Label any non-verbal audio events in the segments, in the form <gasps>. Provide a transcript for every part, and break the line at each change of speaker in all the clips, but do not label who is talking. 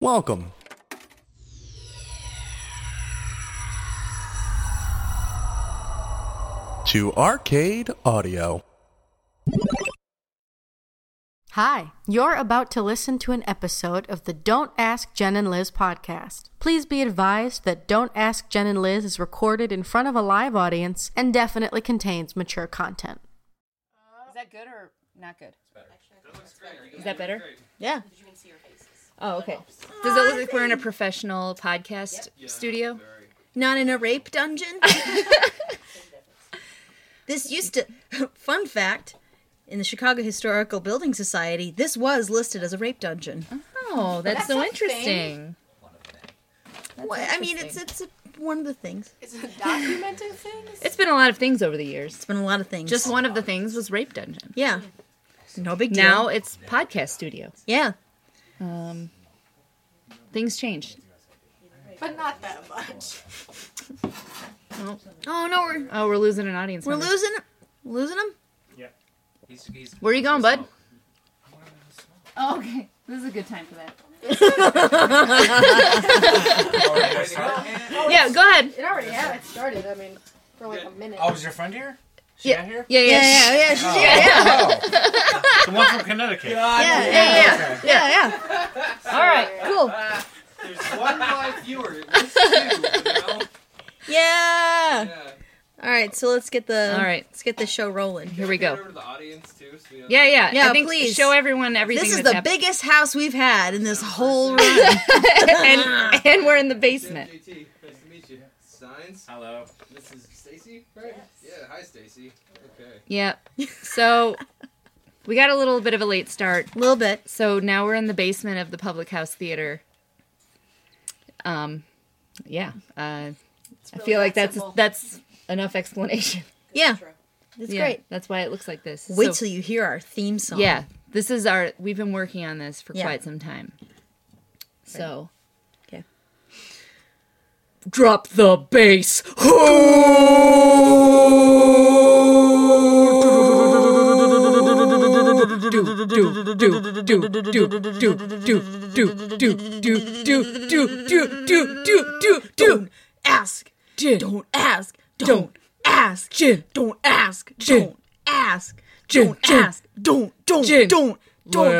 Welcome. To Arcade Audio.
Hi, you're about to listen to an episode of the Don't Ask Jen and Liz podcast. Please be advised that Don't Ask Jen and Liz is recorded in front of a live audience and definitely contains mature content.
Is that good or not good? Is that better? Yeah. Oh, okay. Does it look like we're in a professional podcast studio?
Not in a
<laughs>
rape dungeon? this used to. <laughs> Fun fact in the Chicago Historical Building Society, this was listed as a rape dungeon.
Oh, that's, so interesting.
Well, I mean, it's, it's a, one of the things. It's
It's been a lot of things over the years.
been a lot of things.
Just one of the things was Rape Dungeon.
Yeah. No big deal.
Now it's podcast studio.
Yeah.
Things changed.
Oh, no, we're,
Oh, we're losing an audience.
we're
member.
losing losing them?
Where are you going, bud? Oh, okay. This is a good time for <laughs> that. <laughs> yeah, go ahead.
It already had. It started. I mean, for like a minute.
Oh, was your friend here? She
Yeah.
not here?
Yeah, yeah, yeah,
yeah, yeah, yeah,
The one from Connecticut.
yeah, yeah, yeah, yeah, yeah.
All right, cool.
There's one live viewer. It was two, you know?
Yeah.
Yeah.
All right, so let's get the
All right.
let's get the show rolling.
Here we go.
Hand over to the audience too. So we have-
Yeah, yeah,
Yeah,
I think
please.
show everyone everything.
This is
that's
the
happened. Oh,
biggest house we've had in this whole run. <laughs>
and, and we're in the basement.
JT, nice to meet you. Signs.
Hello.
This is Stacy, right? Yeah. Hi, Stacy. Okay.
Yep. So we got a little bit of a late start.
A little bit.
So now we're in the basement of the Public House Theater. Um, yeah. Uh, I feel like that's that's enough explanation.
Yeah. It's
yeah,
great.
That's why it looks like this.
Wait
So-
till you hear our theme song.
yeah. This is our. We've been working on this for
Yeah.
quite some time. So
Drop the bass. Don't ask. Don't ask. Don't ask. Don't ask. Don't ask. Don't ask. Don't don't don't don't.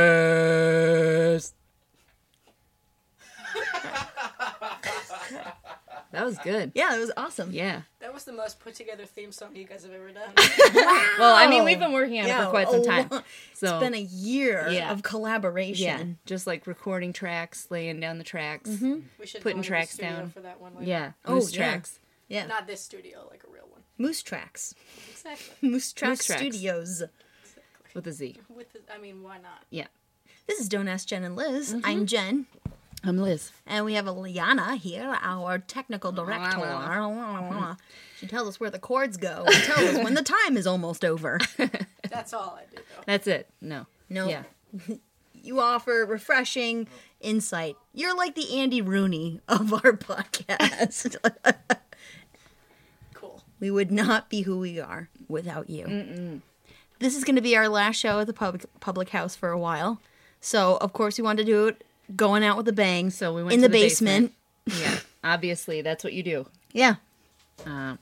that was good.
Yeah, it was awesome.
Yeah.
That was the most put together theme song you guys have ever
<laughs>
done.
Well, I mean, we've been working on it
Yeah,
for quite some
a
time.
lo-
Oh. So
It's been a year
Yeah.
of collaboration.
yeah, just like recording tracks, laying down the tracks.
We should
Putting
go into the
tracks
studio
down.
for that one. later.
Mm-hmm. Yeah,
Oh,
moose
yeah.
tracks.
Yeah.
Not this studio, like a real one.
Moose Tracks.
Exactly.
Moose Track
Tracks.
Studios.
with a Z.
<laughs> With the, I mean, why not?
Yeah.
This is Don't Ask Jen and Liz. I'm Jen.
I'm Liz.
And we have Liana here, our technical director. Mm-hmm. She tells us where the chords go and tells us <laughs> when the time is almost <laughs> over.
That's all I do though.
That's it. No.
No.
Yeah.
You offer refreshing insight. You're like the Andy Rooney of our <laughs> podcast. <laughs>
Cool.
We would not be who we are without you. This is going to be our last show at the public public house for a while. So, of course, we wanted to do it going out with a bang.
So we went
in
to
the,
the
basement.
<laughs> Yeah. Obviously, that's what you do.
Yeah.
Uh,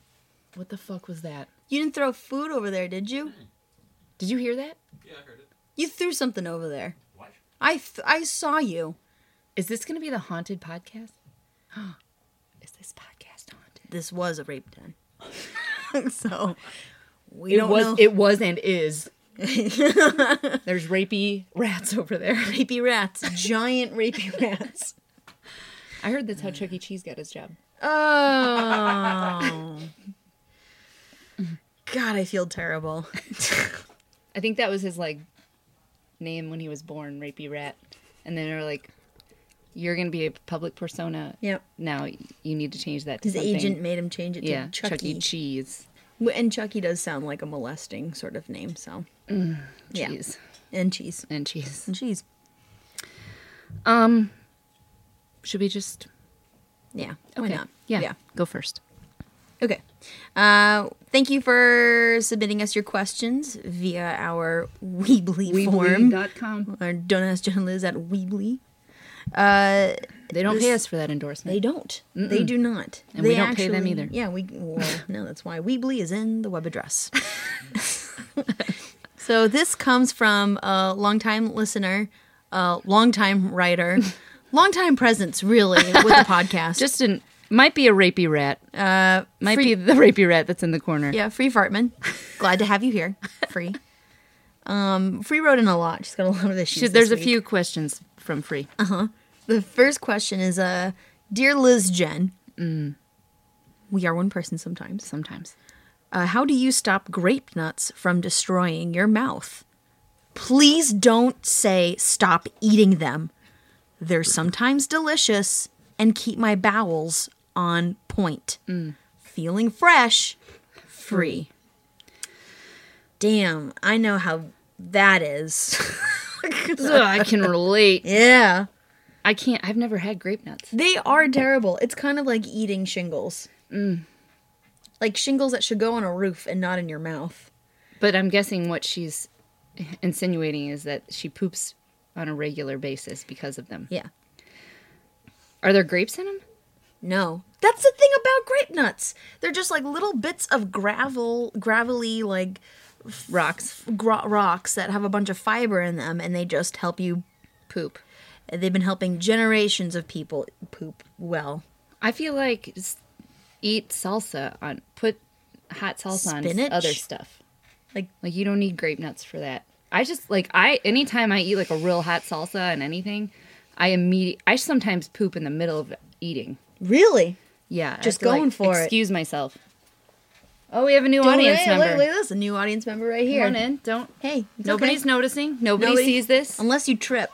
what the fuck was that?
You didn't throw food over there, did you?
Did you hear that?
Yeah, I heard it.
You threw something over there.
What?
I th- I saw you.
Is this going to be the haunted podcast? <gasps> Is this podcast haunted?
This was a rape den. <laughs> so we
It
don't
was.
know.
It was and <laughs> is. There's rapey rats over there. <laughs>
<laughs> rapey rats, giant rapey rats.
I heard that's how Chuck E. Cheese got his job.
Oh. God, I
<laughs>
feel terrible.
I think that was his like name when he was born, Rapey Rat. And then they were like, "You're going to be a public persona.
Yep.
Now you need to change that." To
His
something."
agent made him change it
yeah,
to Chucky.
Chuck E. Cheese.
W- And Chucky does sound like a molesting sort of name, so. Yeah.
Mm, Cheese
And cheese.
and cheese.
And cheese.
Um, should we just?
Yeah. Why
okay.
not?
Yeah. Go first.
Okay. Uh, thank you for submitting us your questions via our Weebly, form.
com.
Or don't ask John Liz at Weebly. Uh,
They don't pay
This-
us for that endorsement.
they don't. They do not.
And we don't pay them either.
Yeah, we.
<laughs>
Well, no, that's why Weebly is in the web address. <laughs> so this comes from a longtime listener, a longtime
<laughs>
writer, longtime presence, really, with the podcast.
Just an might be a rapey rat. Uh, might be the rapey rat that's in the corner.
Yeah, Free Fartman. Glad to have you here. Free. Um, Free wrote in a lot. She's got a lot of issues.
She-
this
there's a
week.
few questions from Free.
Uh, The first question is uh, Dear Liz Jen,
Mm.
we are one person sometimes.
Sometimes
Uh, how do you stop grape nuts from destroying your mouth? Please don't say stop eating them. They're sometimes delicious and keep my bowels on point. Feeling fresh, free. Damn, I know how that is. <laughs>
Ugh, I can relate.
yeah.
I can't. I've never had grape nuts.
They are terrible. It's kind of like eating shingles. Like shingles that should go on a roof and not in your mouth.
But I'm guessing what she's insinuating is that she poops on a regular basis because of them.
Yeah.
Are there grapes in them?
No. That's the thing about grape nuts. They're just like little bits of gravel, gravelly like
Rocks.
gro- rocks that have a bunch of fiber in them and they just help you poop. They've been helping generations of people poop well.
I feel like just eat salsa on put hot salsa
Spinach?
on other stuff.
Like-
like you don't need grape nuts for that. I just like I anytime I eat like a real hot salsa and anything, I immediate I sometimes poop in the middle of eating.
Really?
Yeah, I have
Just
to, like,
going for it.
Excuse myself. Oh, we have a new audience
hey,
member.
Look, look at this, a new audience member right here.
Come on in. Don't.
Hey, it's
Nobody's
okay.
noticing. Nobody,
Nobody-
sees this.
unless you trip.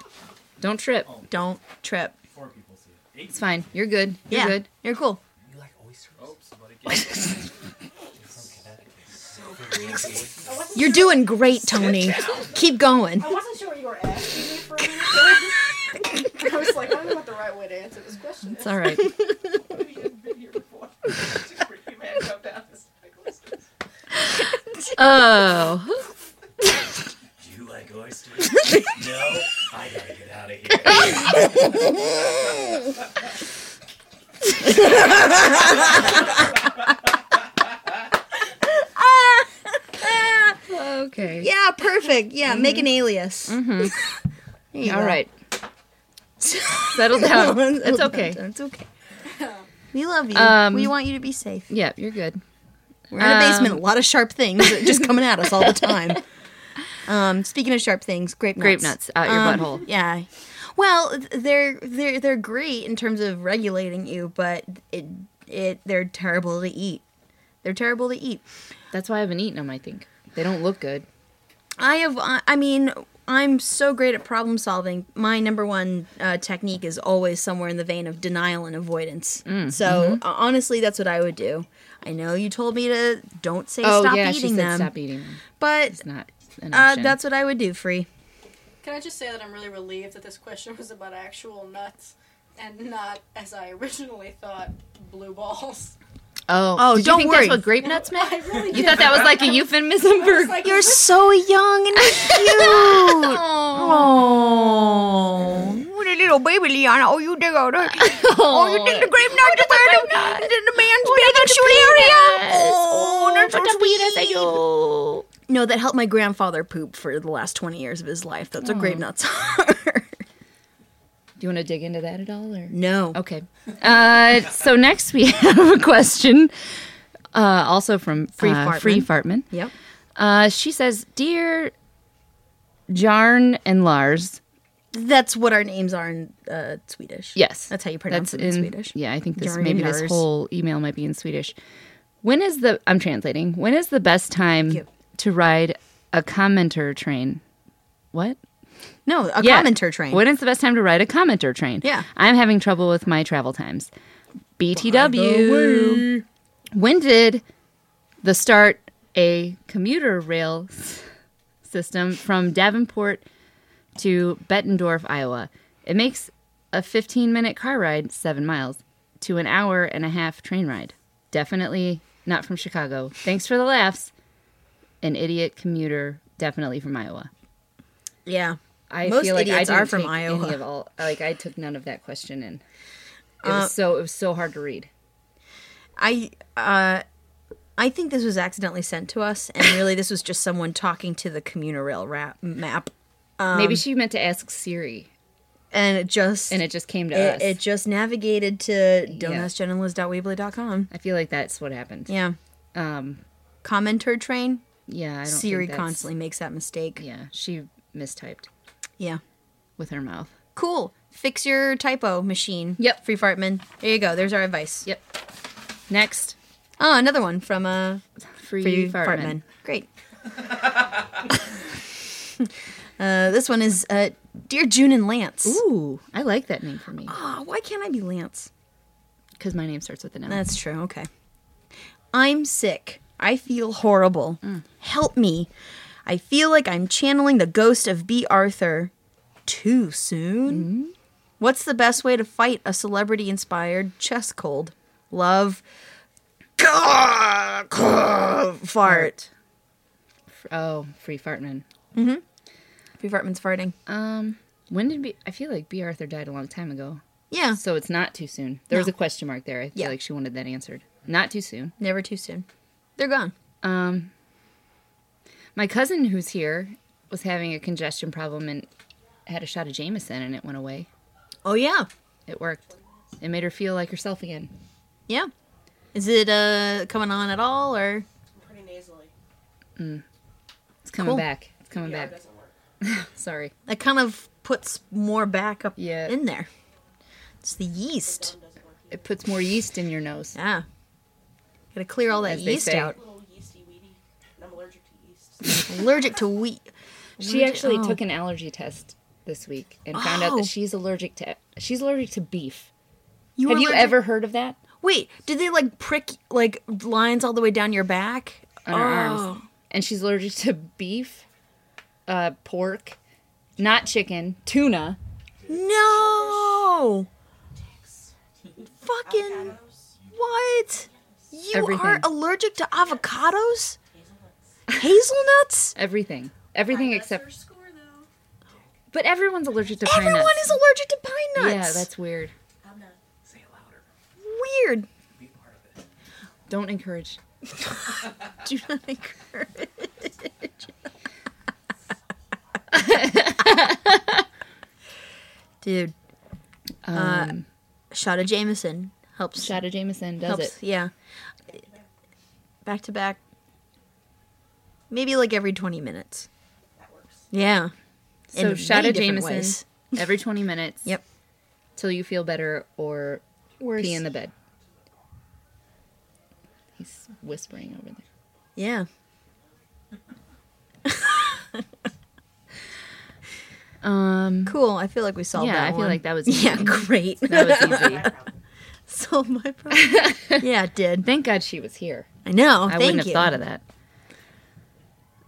Don't trip.
Don't trip.
Four people see it. Eight.
It's fine. You're good. You're
yeah,
good.
you're cool.
You like oysters? Oh, somebody gets it. <laughs>
You're doing great, Tony. Keep going.
I wasn't sure what you were asking me for a minute. I <laughs> was like, I don't know what the right way to answer this question is.
It's all right.
Maybe you haven't been here before. <laughs> Just bring your man up down and like oysters.
oh,
Do you like oysters? <laughs> no, I gotta get out of here.
okay.
Ah, Yeah, perfect. Yeah, make an alias. <laughs>
Yeah. All right. Settle
<laughs>
down. It's okay.
It's okay. We love you.
Um,
we want you to be safe.
Yeah, you're good.
We're in a basement.
um,
A lot of sharp things are just coming at us all the time.
<laughs>
Um, speaking of sharp things, grape nuts.
Grape nuts out your
Um,
butthole.
Yeah. Well, th- they're they're they're great in terms of regulating you, but it it they're terrible to eat. They're terrible to eat.
That's why I haven't eaten them. I think they don't look good.
I have. I I mean, I'm so great at problem solving. My number one uh, technique is always somewhere in the vein of denial and avoidance.
Mm, mm-hmm.
so uh, honestly, that's what I would do. I know you told me to don't say stop
Oh, yeah,
eating
she said
them,
stop eating them.
but
It's not an
uh,
option.
that's what I would do. Free.
Can I just say that I'm really relieved that this question was about actual nuts and not, as I originally thought, blue balls.
oh
Oh,
Did you
don't
think
worry.
That's what grape
<laughs>
nuts meant.
I really
You thought that was like a euphemism for
like,
You're so young <laughs> and cute. oh, what a little baby, Liana. Oh, you dig out. <laughs> Oh, you dig the grape nut to where the, the man's area. Oh, that's so sweet. No, that helped my grandfather poop for the last 20 years of his life. That's what grape nuts are. <laughs>
Do you want to dig into that at all? Or?
no.
Okay. Uh, so next we <laughs> have a question, uh, also from Free, uh,
Fartman.
Free Fartman.
Yep.
Uh, she says, "Dear Jarn and Lars,
That's what our names are in uh, Swedish.
yes,
That's how you pronounce
that's
it in, Swedish.
Yeah, I think this
Jarn
maybe
and
this
Lars.
whole email might be in Swedish. When is the I'm translating? When is the best time
you.
to ride a commenter train? What?
No, a
Yeah.
commenter train.
When is the best time to ride a commenter train?
Yeah.
I'm having trouble with my travel times. BTW. When did the start a commuter rail s- system from Davenport to Bettendorf, Iowa? It makes a 15 minute car ride, seven miles, to an hour and a half train ride. Definitely not from Chicago. Thanks for the laughs. An idiot commuter, definitely from Iowa.
Yeah.
I
Most
feel like I
idiots
didn't
are from
take
Iowa.
any of all. Like I took none of that question in. It
Uh,
was so it was so hard to read.
I uh, I think this was accidentally sent to us, and really this was just someone talking to the commuter rail rap, map, um,
Maybe she meant to ask Siri,
and it just
and it just came to us.
it, it just navigated to donutsjenandliz.weebly.com.
I feel like that's what happened.
Yeah,
Um.
commenter train.
Yeah. I don't think
Siri
that's-
constantly makes that mistake.
Yeah. She mistyped
yeah.
with her mouth.
Cool. Fix your typo machine.
Yep.
Free Fartman. There you go. There's our advice.
Yep. Next,
Oh, another one from uh,
free,
Free
Fartman.
Fartman. Great. <laughs> uh, this one is uh, Dear June and Lance.
Ooh, I like that name for me
Aw, Ah, why can't I be Lance?
because my name starts with an M.
That's true. Okay. I'm sick. I feel horrible. Help me. I feel like I'm channeling the ghost of B. Arthur. Too soon? What's the best way to fight a celebrity inspired chest cold? Love. Fart.
oh, free Fartman. Um,
B. Fartman's farting.
When did B? I feel like B. Arthur died a long time ago,
Yeah.
so it's not too soon. There was a question mark there. I feel
Yeah.
like she wanted that answered. Not too soon.
Never too soon. They're gone.
Um, my cousin who's here was having a congestion problem and had a shot of Jameson, and it went away.
Oh, yeah.
It worked. It made her feel like herself again.
Yeah. Is it uh, coming on at all or?
Pretty nasally.
It's coming
Cool.
back. It's coming
Yeah, it
back.
doesn't work.
<laughs> Sorry.
That kind of puts more back up
Yeah.
in there. It's the yeast.
It doesn't work. either.
It puts more yeast in your nose.
Yeah. Gotta clear all that
As they
yeast
say.
out.
Little yeasty weedy. And I'm allergic to yeast.
Allergic to wheat.
She actually took an allergy test this week and found out
Oh.
that she's allergic to she's allergic to beef.
You
Have
were
you
allergic-
ever heard of that?
Wait, did they like prick like lines all the way down your back? Oh.
On her arms. And she's allergic to beef, uh, pork, not chicken, tuna.
No. Fucking what? You are
Everything.
allergic to avocados? Hazelnuts?
Everything. Everything
Her
except
score though.
But everyone's allergic to pine
Everyone
nuts.
is allergic to pine nuts.
Yeah, that's weird.
I'm not.
Say it louder.
weird. <laughs>
Be part of it.
Don't encourage.
Do not encourage. <laughs> Dude,
Um,
shot of Jameson helps.
Shada Jameson does
helps.
it.
Yeah. Back to back. Maybe like every twenty minutes.
That works.
Yeah.
So
in
Shada
many different
Jameson
ways.
every 20 minutes.
Yep.
Till you feel better or
Worse.
pee in the bed. He's whispering over there.
Yeah.
Mm-hmm. Um,
Cool. I feel like we solved
Yeah,
that.
I feel
one.
like that <laughs> was
<laughs> yeah
easy.
great.
that <laughs> was easy.
solved my
<laughs>
problem. yeah, it did.
Thank God she was here.
I know.
I
Thank
wouldn't have
you.
thought of that.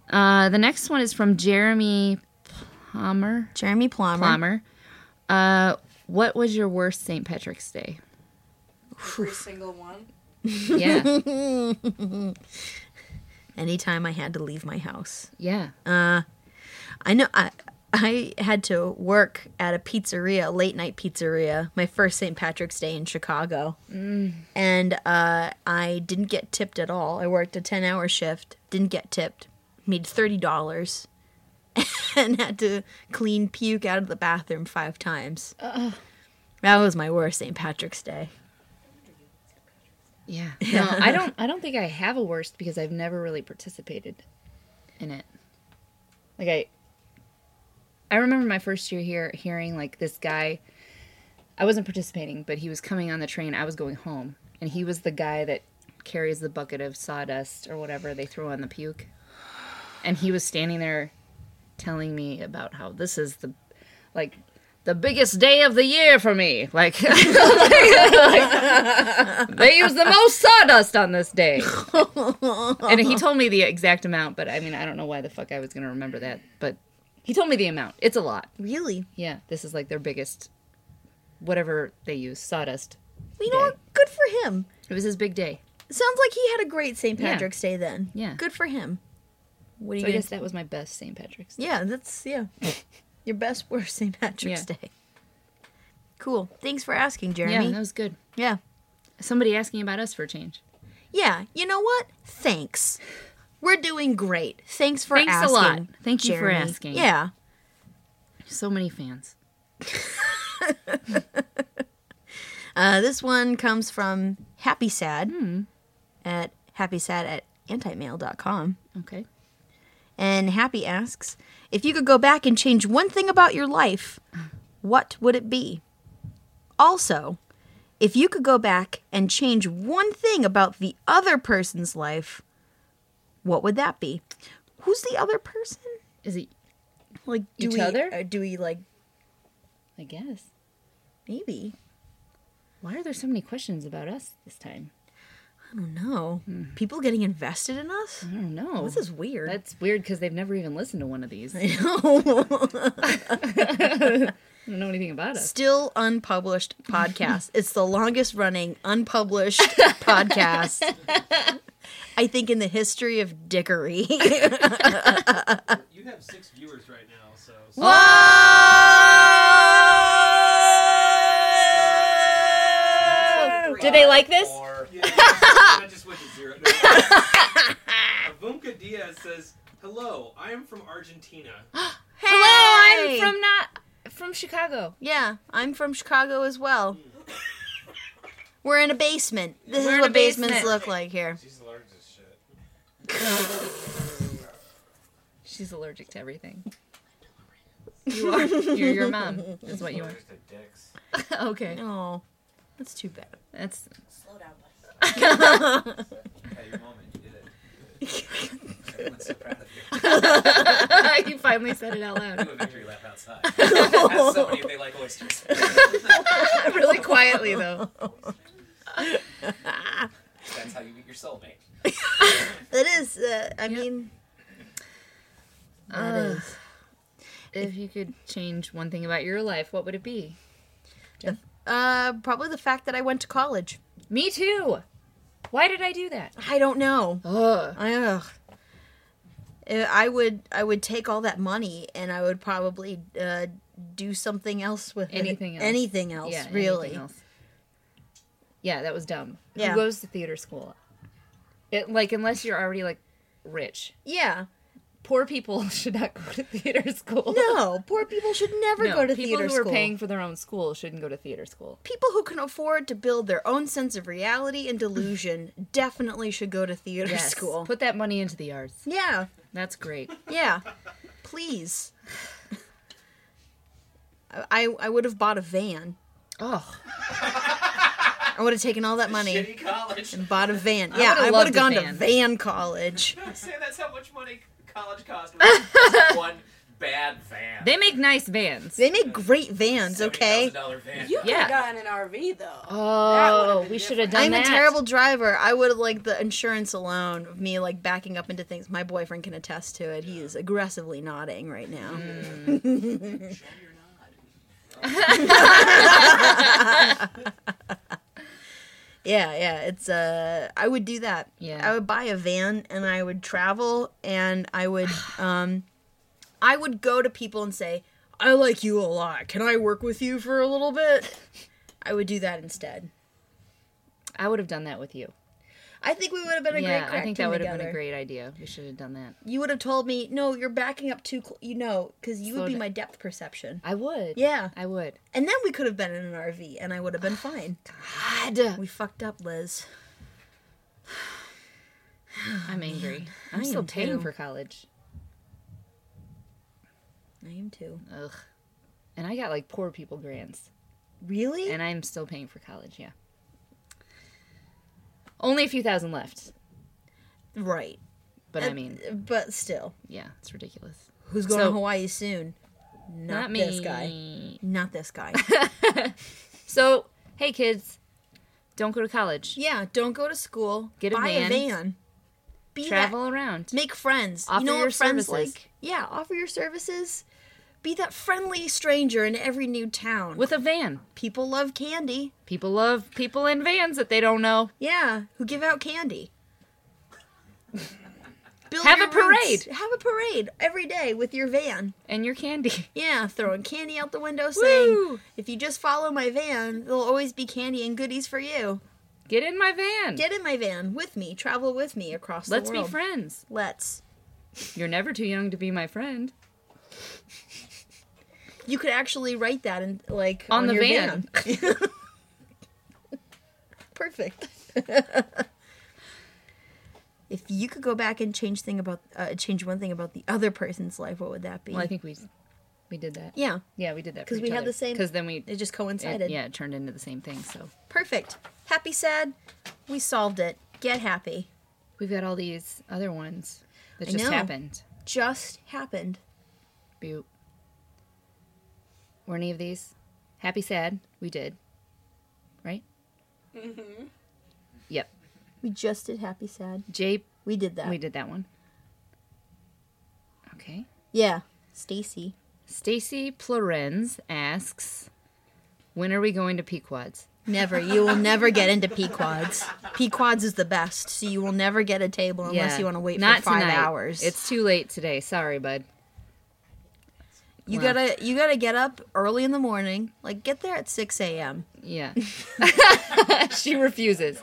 Uh, the next one is from Jeremy Plummer.
Jeremy Plummer.
Plummer. Uh, what was your worst St. Patrick's Day?
Every single one.
Yeah,
Anytime I had to leave my house.
yeah.
I know I I had to work at a pizzeria, late night pizzeria, my first St. Patrick's Day in Chicago. And uh, I didn't get tipped at all. I worked a 10 hour shift, didn't get tipped, made $30, <laughs> and had to clean puke out of the bathroom five times. That was my worst St. Patrick's Day.
<laughs> Yeah. No, I don't I don't think I have a worst because I've never really participated in it. Like I I remember my first year here hearing like this guy I wasn't participating, but he was coming on the train. I was going home, and he was the guy that carries the bucket of sawdust or whatever they throw on the puke. And he was standing there telling me about how this is the like the biggest day of the year for me. Like <laughs> they use the most sawdust on this
<laughs>
day. and he told me the exact amount, but I mean, I don't know why the fuck I was going to remember that. But he told me the amount. It's a lot.
Really?
Yeah, this is like their biggest, whatever they use, sawdust.
You know
Day.
what? Good for him.
It was his big day.
It sounds like he had a great St.
Yeah.
Patrick's Day then.
Yeah.
Good for him. What do
So
you
I
gonna
guess that was my best St. Patrick's.
Yeah, that's yeah. Your best worst St. Patrick's
Yeah.
Day. Cool. Thanks for asking,
Yeah,
Jeremy.
that was good.
yeah.
Somebody asking about us for a change.
Yeah, you know what? Thanks. We're doing great. Thanks for
Thanks a
asking.
lot. Thank you for
Jeremy.
asking.
Yeah.
So many fans.
Uh, this one comes from Happy Sad
Hmm.
at happysad at antimail.com.
Okay.
And Happy asks If you could go back and change one thing about your life, what would it be? Also, if you could go back and change one thing about the other person's life, what would that be? Who's the other person?
Is it?
Like do
Each
we,
other?
uh, do we like
I guess.
maybe?
Why are there so many questions about us this time?
I don't know. People getting invested in us?
I don't know.
This is weird. <laughs>
That's weird because they've never even listened to one of these. They don't know anything about us.
Still unpublished podcast. it's the longest running
<laughs>
unpublished podcast. I think in the history of
<laughs>
dickery.
You have six viewers right now, so.
Do they like this?
Or, yeah, I just went to zero. No. Avunca Diaz says, "Hello, I am from Argentina.
Hello,
Hey!
I'm from not from Chicago.
yeah, I'm from Chicago as well. We're in a basement. This
We're
is
in
what
a basement.
basements look like here.
She's allergic as shit.
She's allergic to everything. You are. You're your mom. Is what you
<laughs>
are.
Just a dicks.
Okay.
Oh, that's
<laughs>
too bad.
That's
Slow down, bud.
At your moment, you did it. You
<laughs>
did it. Everyone's so proud of you.
you finally said it out loud.
Do a victory lap
<laughs>
outside. Ask somebody if they like oysters.
Really quietly though.
That's how you meet your soulmate.
That is, uh, I mean, uh,
That is. If you could change one thing about your life, what would it be?
uh, probably the fact that I went to college.
Me too. Why did I do that?
I don't know.
Ugh.
I ugh. Uh, I would I would take all that money and I would probably uh, do something else with it.
Anything else.
Anything else,
Yeah,
really.
anything else. Yeah, that was dumb.
Yeah.
Who goes to theater school? It, like, unless you're already like rich,
Yeah.
poor people <laughs> should not go to theater school. <laughs>
No, poor people should never
No,
go to
people
theater
who are
school.
paying for their own school shouldn't go to theater school.
People who can afford to build their own sense of
<laughs>
reality and delusion definitely should go to theater
Yes,
school.
put that money into the arts.
yeah,
That's great.
yeah. Please. <sighs> I, I- I would have bought a van.
Oh,
I would have taken all that money.
Shitty college. <laughs>
Bought a van. Yeah,
would've
I would
loved a
have gone to
van.
van college.
Say that's how much money college
<laughs>
cost. Just one bad van.
they make nice vans.
They make great vans, okay?
$70,000 Van.
You could
Yeah.
have gotten an RV though.
oh,
been
we should have done
I'm a
that.
terrible driver. I would have like the insurance alone of me like backing up into things. My boyfriend can attest to it. He is aggressively nodding right now.
Show your nod.
Yeah, yeah. It's uh I would do that.
Yeah.
I would buy a van and I would travel and I would
<sighs>
um I would go to people and say, I like you a lot. Can I work with you for a little bit? I would do that instead.
I would have done that with you.
I think we would have been a
Yeah,
great crack
I think
team
that would have
together.
been a great idea. We should have done that.
You would have told me, no, you're backing up too, cl-, you know, because you
Slow
would be
down.
my depth perception.
I would.
Yeah.
I would.
And then we could have been in an RV and I
<sighs>
would have been fine.
God,
We fucked up, Liz.
I'm
<sighs>
angry.
I
I'm still
am
paying
too.
for college.
I am too.
Ugh. And I got like poor people grants,
Really?
and I'm still paying for college. Yeah. Only a few thousand left,
right. Uh,
but I mean,
But still,
yeah, it's ridiculous.
who's going
So-
to Hawaii soon? Not,
Not me.
this guy. Not
<laughs>
this guy.
So hey, kids, don't go to college.
yeah, don't go to school.
Get a
Buy
van.
a van. Be that-
Travel around.
Make friends.
Offer
you know
your
what friends
services.
like? Yeah, offer your services. Be that friendly stranger in every new town.
With a van.
people love candy.
People love people in vans that they don't know. <laughs>
Yeah, who give out candy. Build
Have
your
a parade.
roots. Have a parade every day with your van.
and your candy. <laughs>
Yeah, throwing candy out the window saying,
Woo.
if you just follow my van, there'll always be candy and goodies for you.
Get in my van.
Get in my van with me, travel with me across the
Let's
world.
be friends.
Let's.
You're never too young to be my friend.
You could actually write that in like
On the
your
van.
van. <laughs> Perfect. <laughs> if you could go back and change thing about uh, change one thing about the other person's life, what would that be?
Well, I think we we did that.
yeah,
Yeah, we did that
'Cause we had the same-
Because then we
it just
it,
coincided.
yeah it turned into the same thing. So
Perfect. Happy sad. We solved it. Get happy.
we've got all these other ones that
I
just
know.
happened.
Just happened.
Boop. Were any of these happy, sad? We did, right? Mm-hmm. Yep.
We just did happy sad.
Jay,
We did that.
we did that one. Okay.
Yeah. Stacy.
Stacy Florenz asks, "When are we going to Pequod's?"
Never. You will never get into Pequods. Pequods is the best, so you will never get a table unless
Yeah.
you want to wait
Not
for five
tonight.
hours.
It's too late today. Sorry, bud.
you
well.
gotta you gotta get up early in the morning. Like get there at six a.m. <laughs>
Yeah. <laughs> she refuses.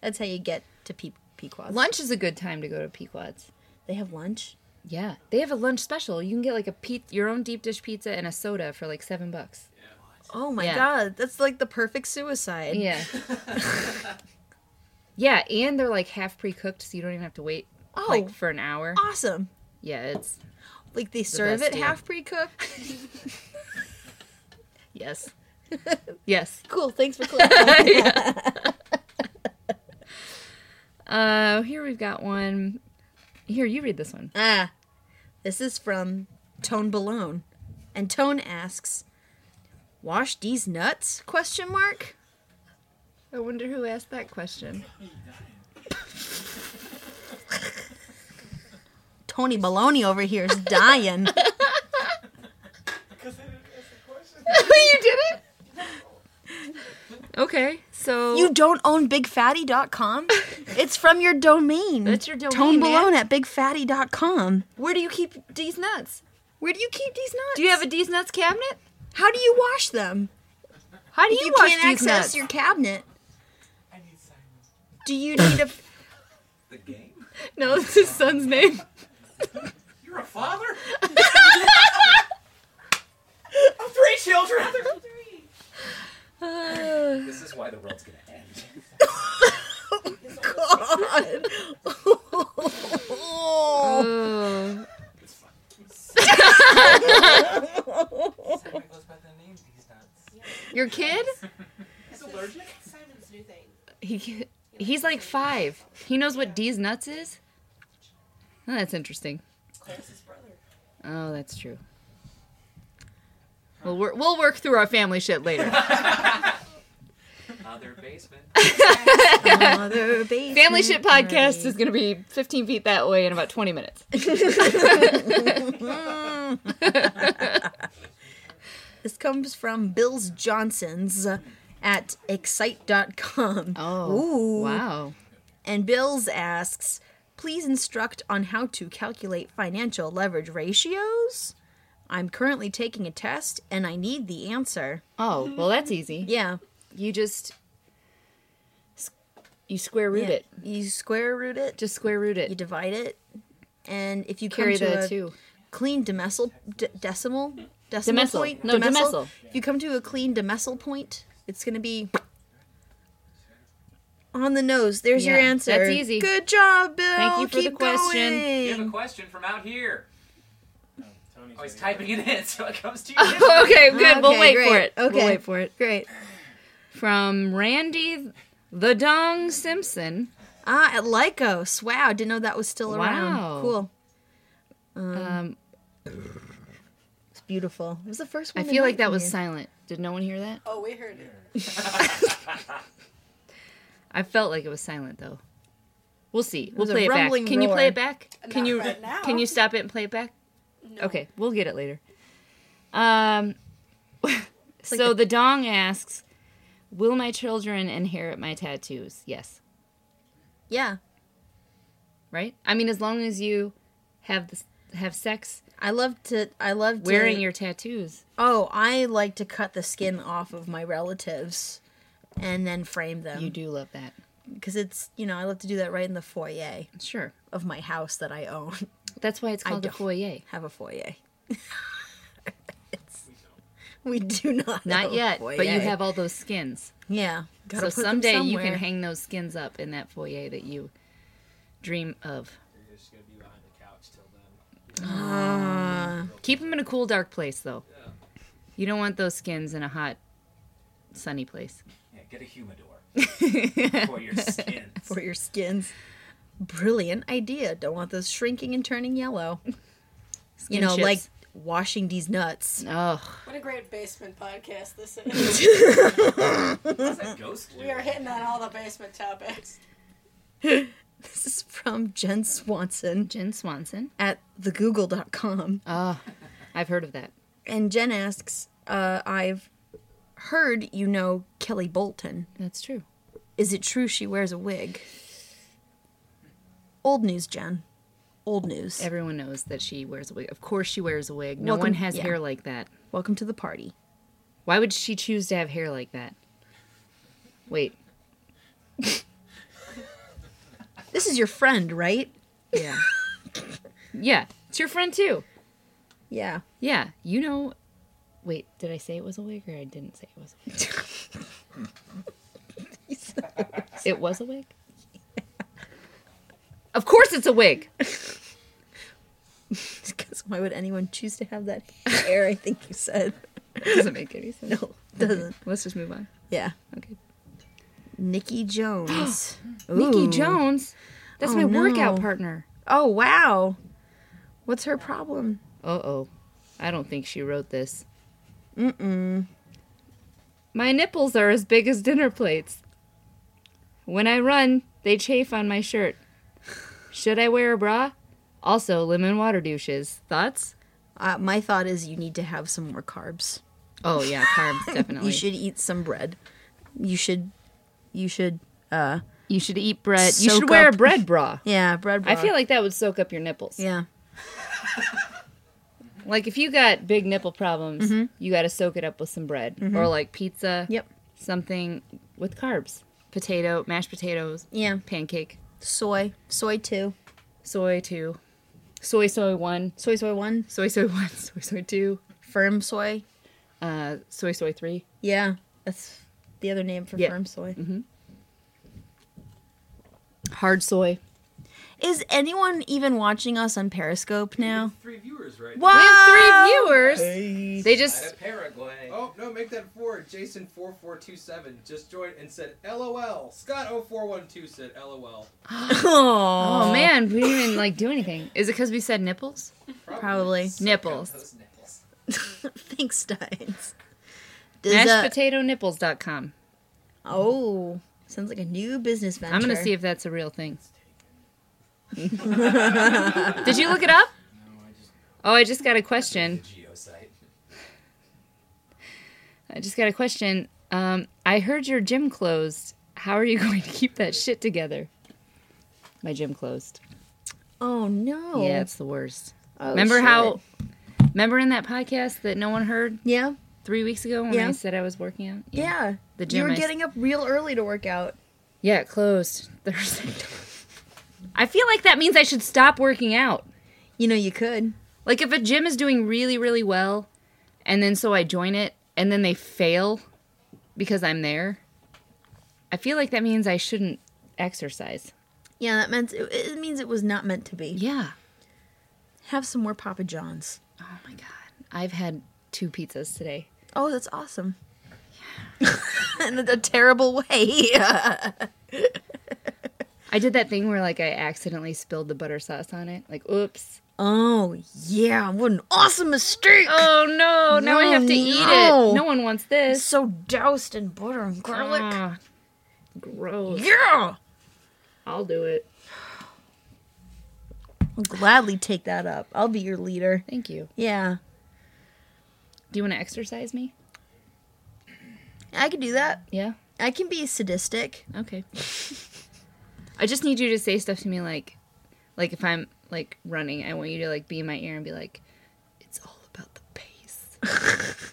That's how you get to Pe- Pequods.
Lunch is a good time to go to Pequod's.
They have lunch.
Yeah, they have a lunch special. You can get like a pe- your own deep dish pizza and a soda for like seven bucks.
Oh my
Yeah.
god, that's like the perfect
<laughs>
suicide.
Yeah. yeah, and they're like half pre cooked, so you don't even have to wait
Oh,
like for an hour.
awesome.
Yeah, it's
Like they serve
best
it
deal.
half pre cooked.
yes, <laughs> yes.
<laughs> cool. Thanks for clarifying.
Uh, here we've got one. Here, you read this one.
Ah, this is from Tone Balone, and Tone asks, "Wash these nuts?" Question mark.
I wonder who asked that question.
Tony Baloney over here is
<laughs>
dying.
you did it. Okay, so
you don't own BigFatty.com? It's from your domain.
That's your domain,
Tone
man.
Balone at BigFatty.com.
where do you keep these nuts?
Where do you keep these nuts?
Do you have a D's nuts cabinet?
How do you wash them?
How do
If
you,
you
wash
can't
these
access
nuts?
your cabinet. Do <coughs> you need a?
The game?
<laughs> No, it's his son's name.
You're a
<laughs>
father? of three
<laughs>
children!
<sighs>
This is why the world's gonna end.
<laughs> Oh,
Simon goes by the name these nuts.
your kid?
He's allergic?
Simon's new thing.
He he's like five. He knows what D's nuts is. Oh, that's interesting.
Clarice's brother.
Oh, that's true. We'll work, we'll work through our family shit later.
<laughs>
Other Uh, basement.
<laughs>
Another basement
Family shit podcast
party.
is going to be 15 feet that way in about 20 minutes.
This comes from Bill's Johnson's at excite.com. Ooh.
Oh, wow.
And Bill's asks, please instruct on how to calculate financial leverage ratios? I'm currently taking a test and I need the answer.
Oh, well, that's easy.
Yeah.
You just s- you square root
yeah.
it.
You square root it,
Just square root
you
it.
divide it, and if you come
Carry
to
the
a
two. <laughs>
clean demesal, de- decimal, decimal
Demesal.
point,
No, demesal.
If you come to a clean demesal point, it's going to be on the nose. There's your
Yeah,
answer.
that's easy.
Good job, Bill.
Thank you for the
Keep
question.
You have
going.
a question from out here.
Tony's
Oh, he's typing it in, so it comes to you.
Okay, good. we'll
Okay,
wait
great.
for it.
Okay.
We'll wait for it.
Great.
From Randy the Dong Simpson.
Ah, at Lycos. Wow, didn't know that was still around.
Wow.
Cool.
Um,
It's beautiful. It was the first
I
one.
feel like that was silent. Did no one hear that?
Oh, we heard it.
I felt like it was silent though. We'll see. We'll
was a
play it back.
rumbling
Can you play
roar.
it back? Can
Not
you
right now.
can you stop it and play it back? Okay, we'll get it later. Um, <laughs> so the dong asks, "Will my children inherit my tattoos?" Yes,
Yeah.
right? I mean, as long as you have this, have sex
I love to. I love to,
wearing your tattoos.
Oh, I like to cut the skin off of my relatives, and then frame
You
them
do love that,
because it's you know I love to do that right in the foyer
sure.
of my house that I own. <laughs>
That's why it's
I
called a
don't. <laughs>
foyer.
Have
<laughs>
a foyer. It's- we do not. have
Not
a
yet, but you
foyer.
have all those skins.
Yeah.
So
Gotta put them
someday you can
somewhere.
hang those skins up in that foyer that you dream of.
You're just gonna be behind the couch till then.
Keep them in a cool, dark place, though. You don't want those skins in a hot, sunny place.
Yeah, get a humidor for your skin.
for your skins. Brilliant idea. Don't want those shrinking and turning yellow. you
<laughs> Skin
know,
chips.
like washing these nuts.
oh,
What a great basement podcast this <laughs> is.
What's that <laughs> ghost
we are hitting on all the basement topics.
This is from Jen Swanson
Jen Swanson.
at thegoogle.com.
Oh, I've heard of that.
And Jen asks, uh, I've heard you know Kelly Bolton.
That's true.
Is it true she wears a wig? Old news, Jen. Old news.
Everyone knows that she wears a wig. Of course, she wears a wig. No
Welcome-
one has
yeah.
hair like that.
Welcome to the party.
Why would she choose to have hair like that? Wait.
This is your friend, right? <laughs>
Yeah. yeah. It's your friend, too.
Yeah. <laughs>
Yeah. You know. Wait, did I say it was a wig or I didn't say it was a wig? <laughs> it was a wig? Of course it's a wig.
Because why would anyone choose to have that hair? I think you said. <laughs>
Doesn't make any sense.
No, doesn't.
Let's just move on.
Yeah.
Okay.
Nikki <gasps> Jones.
Nikki
Ooh.
Jones. That's
Oh,
my workout
no.
partner.
Oh wow. What's her problem?
Uh oh. I don't think she wrote this. Mm mm. My nipples are as big as dinner plates. When I run, they chafe on my shirt. Should I wear a bra? Also, lemon water douches. Thoughts?
Uh, my thought is you need to have some more carbs.
Oh, yeah, carbs, definitely.
<laughs> You should eat some bread. You should. You should. Uh.
you should eat bread. You
Soak
should wear
up-
a bread bra.
Yeah, bread.
<laughs>
Bra.
I feel like that would soak up your nipples.
Yeah.
Like if you got big nipple problems, you got to soak it up with some bread or like pizza.
Mm-hmm. Yep.
Something with carbs. Potato, mashed potatoes,
Yeah.
pancake,
Soy. Soy two.
soy two, soy soy one,
Soy soy one.
soy soy one, <laughs> soy soy two,
Firm soy.
uh, soy soy three.
Yeah. That's the other name for
Yeah. Mm-hmm.
firm soy.
Hard soy.
Is anyone even watching us on
Mm-hmm. <laughs>
Periscope now?
Three viewers right
We
What?
have three viewers. They just
Paraguay.
now. Oh no, make that four. Jason four four two seven just joined and said LOL. Scott 0412 said LOL.
oh man, we didn't even like do anything. Is it because we said nipples? <laughs>
Probably.
Nipples.
Those nipples.
Thanks, Steins. Does, uh,
Mashedpotatonipples.com.
oh, sounds like a new business venture.
I'm gonna see if that's a real thing. <laughs> Did you look it up?
No, I just
Oh, I just got a question.
the geosite.
I just got a question. Um, I heard your gym closed. How are you <laughs> going to keep that shit together? My gym closed.
Oh no.
Yeah, it's the worst.
Oh,
remember
shit.
how? Remember in that podcast that no one heard
Yeah.
three weeks ago when
Yeah.
I said I was working out?
Yeah.
The
you
gym
were
I s-
getting up real early to work out.
Yeah, it closed Thursday. I feel like that means I should stop working out.
You know you could.
Like if a gym is doing really, really well, and then so I join it, and then they fail because I'm there. I feel like that means I shouldn't exercise.
Yeah, that meant it, it means it was not meant to be.
Yeah.
Have some more Papa John's.
Oh my god. I've had two pizzas today.
Oh, that's awesome. <laughs> In a terrible way. <laughs>
I did that thing where like I accidentally spilled the butter sauce on it. Like, oops.
Oh yeah, what an awesome mistake.
Oh no, now I have to eat
No.
it. No one wants this.
so doused in butter and garlic.
Ah, gross.
yeah.
I'll do it.
I'll gladly take that up. I'll be your leader.
Thank you.
Yeah.
Do you want to exercise me?
I could do that.
Yeah.
I can be sadistic.
<laughs> Okay. I just need you to say stuff to me like, Like if I'm like running, I want you to like be in my ear and be like, "It's all about the pace,"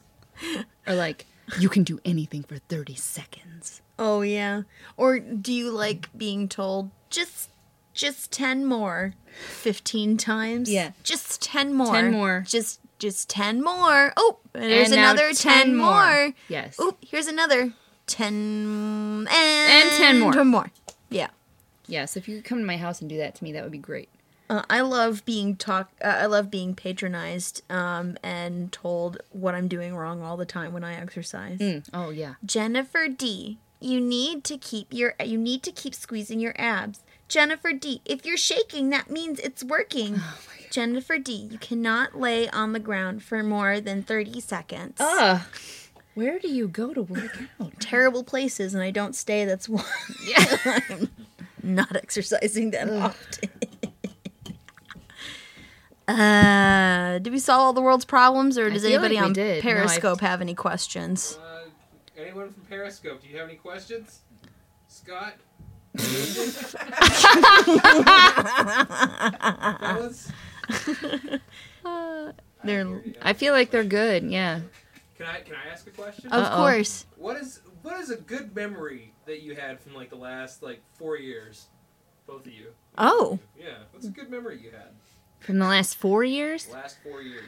<laughs> or like, "You can do anything for thirty seconds."
Oh yeah. Or do you like being told just just 10 more 15 times?
Yeah.
Just 10 more.
10 more.
Just just 10 more. Oh, there's
now
another 10,
10
more.
more. Yes.
Oh, here's another 10 and,
10 more.
10 more. Yeah.
Yes, if you could come to my house and do that to me, that would be great.
Uh, I love being talk. Uh, I love being patronized um, and told what I'm doing wrong all the time when I exercise.
Oh yeah.
Jennifer D, you need to keep your you need to keep squeezing your abs. Jennifer D, if you're shaking, that means it's working. Jennifer D, you cannot lay on the ground for more than 30 seconds.
Ugh. Where do you go to work out?
Terrible places, and I don't stay. That's why
<laughs> Yeah.
<laughs>
<laughs>
not exercising that often. <laughs> uh, did we solve all the world's problems, or does
feel
anybody
like we
on
did. No, I-
Periscope have any questions?
Uh, anyone from Periscope, do you have any questions?
<laughs>
Scott? Fellas?
They're,
I feel like they're good. Yeah.
Can I can I ask a question?
of
Uh-oh.
course.
What is what is a good memory that you had from like the last like four years? Both of you.
Oh,
Yeah. What's a good memory you had?
From the last four years.
Last four years.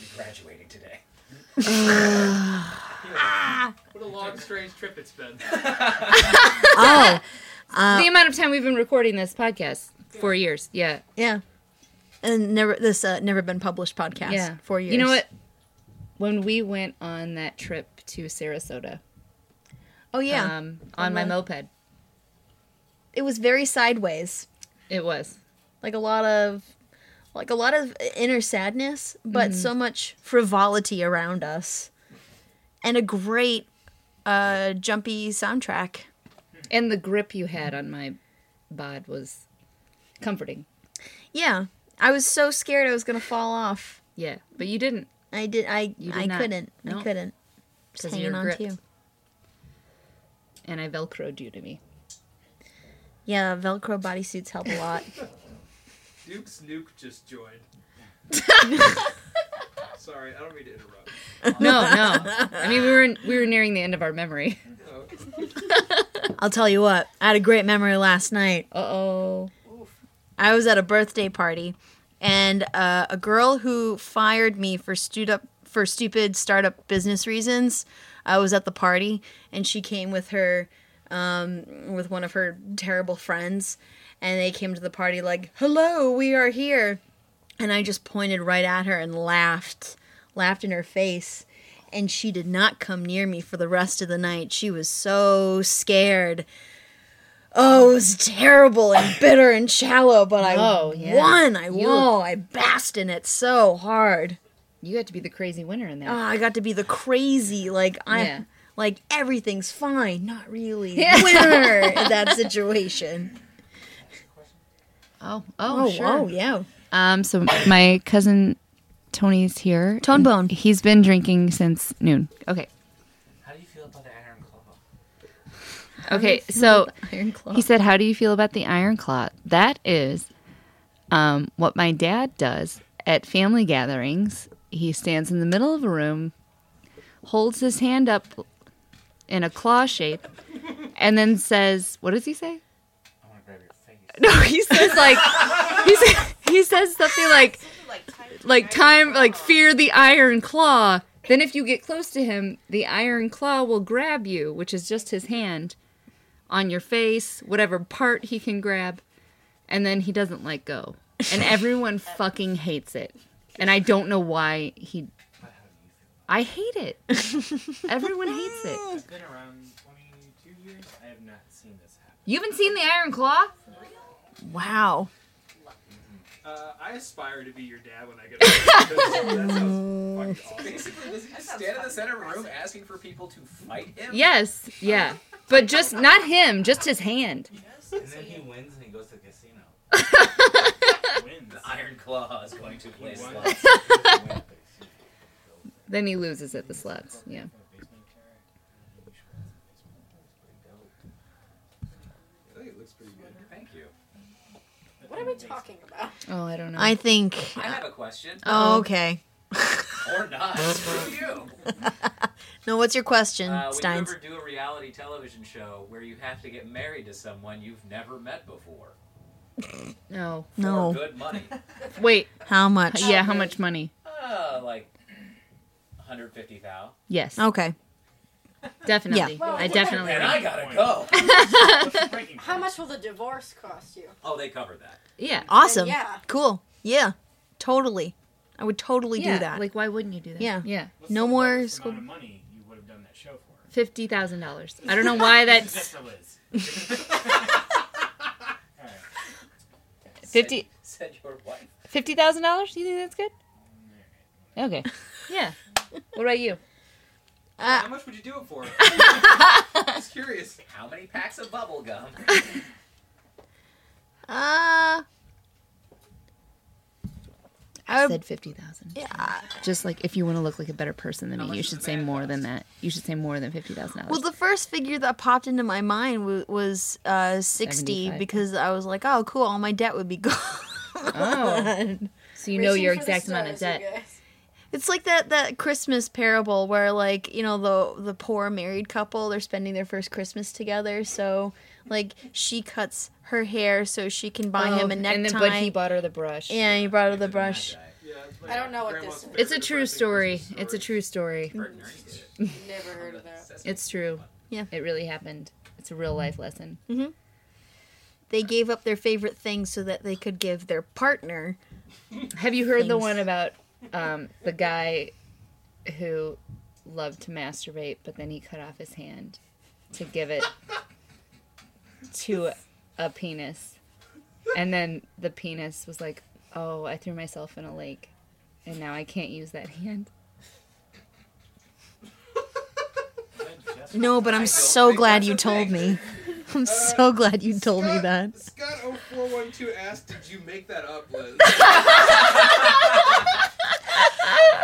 You're graduating today.
What a long strange trip it's been.
oh,
the amount of time we've been recording this podcast. Four years. Yeah.
yeah. And never this uh, never been published podcast.
Yeah.
four years.
You know what? When we went on that trip to Sarasota,
Oh yeah,
um, on my moped,
it was very sideways.
it was.
Like a lot of, like a lot of inner sadness, but
Mm-hmm.
so much frivolity around us, and a great, uh, jumpy soundtrack.
And the grip you had on my bod was comforting.
Yeah, I was so scared I was gonna fall off.
Yeah. But you didn't.
I did. I
You did
I
not.
couldn't.
No.
I couldn't.
Because
Just
of
hanging
your
on
grip.
to you.
And I velcroed you to <laughs> me.
Yeah, Velcro bodysuits help a lot.
Duke's Nuke just joined.
<laughs>
Sorry, I don't mean to interrupt.
No, no. I mean, we were we were nearing the end of our memory.
Oh,
I'll tell you what. I had a great memory last night.
Uh oh.
I was at a birthday party, and uh, a girl who fired me for stood up for stupid startup business reasons. I was at the party, and she came with her, um, with one of her terrible friends, and they came to the party like, "Hello, we are here," and I just pointed right at her and laughed, laughed in her face. And she did not come near me for the rest of the night. She was so scared. Oh, it was terrible and bitter and shallow, but I
Oh, yeah.
won. I
You-
won. I basked in it so hard.
You had to be the crazy winner in that.
Oh, I got to be the crazy, like I,
Yeah.
like everything's fine,
<laughs>
not really winner in that situation.
oh,
Oh, oh, yeah.
Um, so my cousin Tony's here.
Tone Bone.
He's been drinking since noon. Okay.
How do you feel about the Iron Claw?
Okay. So
Iron Claw.
he said, "How do you feel about the Iron Claw?" That is, um, what my dad does at family gatherings. He stands in the middle of a room, holds his hand up in a claw shape, and then says, "What does he say?"
I want to grab your face.
No, he says like he says, he says something like like time like fear the iron claw. Then if you get close to him, the iron claw will grab you, which is just his hand on your face, whatever part he can grab, and then he doesn't let go.
<laughs>
And everyone fucking hates it. And I don't know why he I hate
<laughs>
it. Everyone hates it.
It's been around 22 years. I have not seen this happen.
You haven't seen the iron claw?
Wow.
uh, I aspire to be your dad when I get older. That sounds fucking awesome.
Basically, does he just stand in the center of a room asking for people to fight him?
Yes, yeah. But just not him, just his hand.
And then he wins and he goes to the casino. wins. The Iron Claw is going to play <laughs> slots.
Then he loses at the slots. Yeah.
I think it looks pretty good.
Thank you.
What are we talking about?
Oh, I don't know.
I think.
I have a question.
Oh, okay.
Or not. It's up to you.
No, what's your question,
Uh, would you
Steins?
ever do a reality television show where you have to get married to someone you've never met before?
no.
For
No.
good money. <laughs>
Wait.
How much?
Yeah, how much money?
Uh, like 150 thou.
Yes.
Okay.
Definitely.
Well,
I
<laughs>
yeah.
definitely
And I
think.
gotta go.
How much will the divorce cost you?
Oh, they covered that.
Yeah.
Awesome.
Then yeah.
Cool. Yeah. Totally. I would totally
yeah.
do that.
Like why wouldn't you do that?
Yeah.
Yeah.
no more school.
amount of money you would have done that show for.
Fifty thousand dollars. I don't know why
Just
that's
for Liz.
<laughs> fifty
<laughs> Said your wife.
fifty thousand dollars. You think that's good? Okay. Yeah. What about you?
How much would you do it
<laughs>
for? Just curious.
How many packs of bubble gum?
Uh, I
I
would,
said fifty thousand.
yeah.
Just like if you want to look like a better person than me, you
much
should
does
say
that
more than that. You should say more than fifty thousand
Well,
dollars.
the first figure that popped into my mind wa- was uh, 60
75.
because I was like, oh, cool, all my debt would be <laughs> gone.
Oh. So you know
Reaching
your
for the
exact amount of
stars, you
debt.
guys.
It's like that that Christmas parable where like, you know, the the poor married couple, they're spending their first Christmas together, so like she cuts her hair so she can buy him a necktie.
Oh, And then, but he bought her the brush.
yeah, he brought her the brush.
Yeah, it's my
I don't know what
grandma's
this is.
favorite
It's a true
depressing
story.
Christmas
It's a true story.
Bert and Ernie did it.
Never heard of that.
It's true.
Yeah.
It really happened. It's a real life lesson.
They gave up their favorite thing so that they could give their partner.
Have you heard the
Things.
one about um, the guy who loved to masturbate, but then he cut off his hand to give it to a, a penis? And then the penis was like, oh, I threw myself in a lake, and now I can't use that hand.
No, but I'm so glad you told me. I'm so glad you told me that.
Scott 0412 asked, Did you make that up, Liz?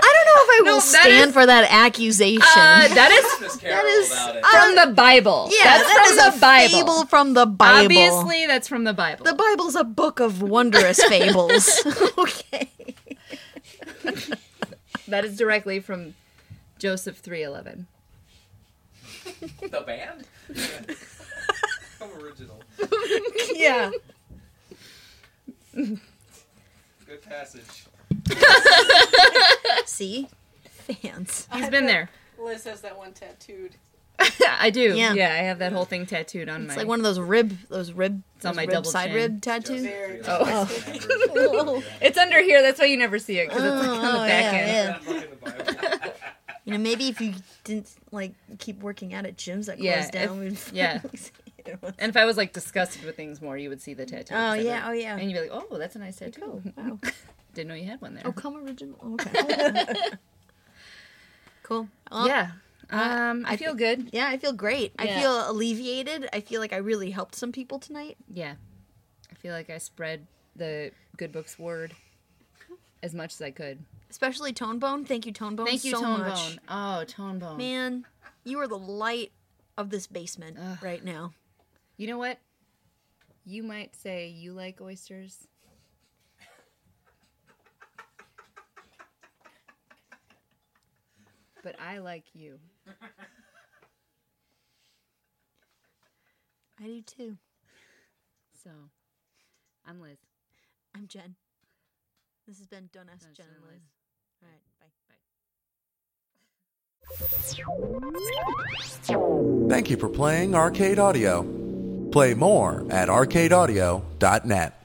I don't know if I will
that
stand
is-
for that accusation.
Uh, that is
Christmas Carol
is-
about
<laughs>
it.
from the Bible.
yeah,
that's
that
from
is
the
a
Bible.
fable from the Bible.
Obviously, that's from the Bible.
the Bible's a book of
<laughs>
wondrous fables. <laughs> okay.
that is directly from Joseph three eleven.
The band?
How <laughs> original.
Yeah.
Good passage.
<laughs> See, fans.
He's been there.
Liz has that one tattooed.
<laughs> I do.
Yeah.
Yeah. I have that whole thing tattooed on my.
It's like one of those rib, those rib,
It's on
those
my
rib
double
side
chin.
rib tattoo.
Very
Oh.
<laughs> Oh,
It's under here. That's why you never see it because it's like on the
oh,
back
yeah,
end.
yeah.
That book in the Bible.
You know, maybe if you didn't like keep working out at gyms that
Yeah,
closed down, <laughs> we'd
yeah.
see it.
And if I was like disgusted with things more, you would see the tattoo.
Oh,
It's
yeah,
like-
oh, yeah.
And you'd be like, "Oh, that's a nice tattoo." <laughs>
Wow.
Didn't know you had one there.
Oh, come original.
<laughs>
Okay. cool. Well,
Yeah. Um, I, feel good.
Yeah, I feel great. I
Yeah.
feel alleviated. I feel like I really helped some people tonight.
Yeah. I feel like I spread the good book's word as much as I could.
Especially Tone Bone. Thank you, Tone Bone.
Thank you,
so
Tone
much.
Bone. Oh, Tone Bone.
Man, you are the light of this basement right now.
You know what? You might say you like oysters. But I like you.
I do too.
So I'm Liz.
I'm Jen. This has been Don't Ask Jen and Liz. All right, bye.
Thank you for playing Arcade Audio. Play more at arcadeaudio.net.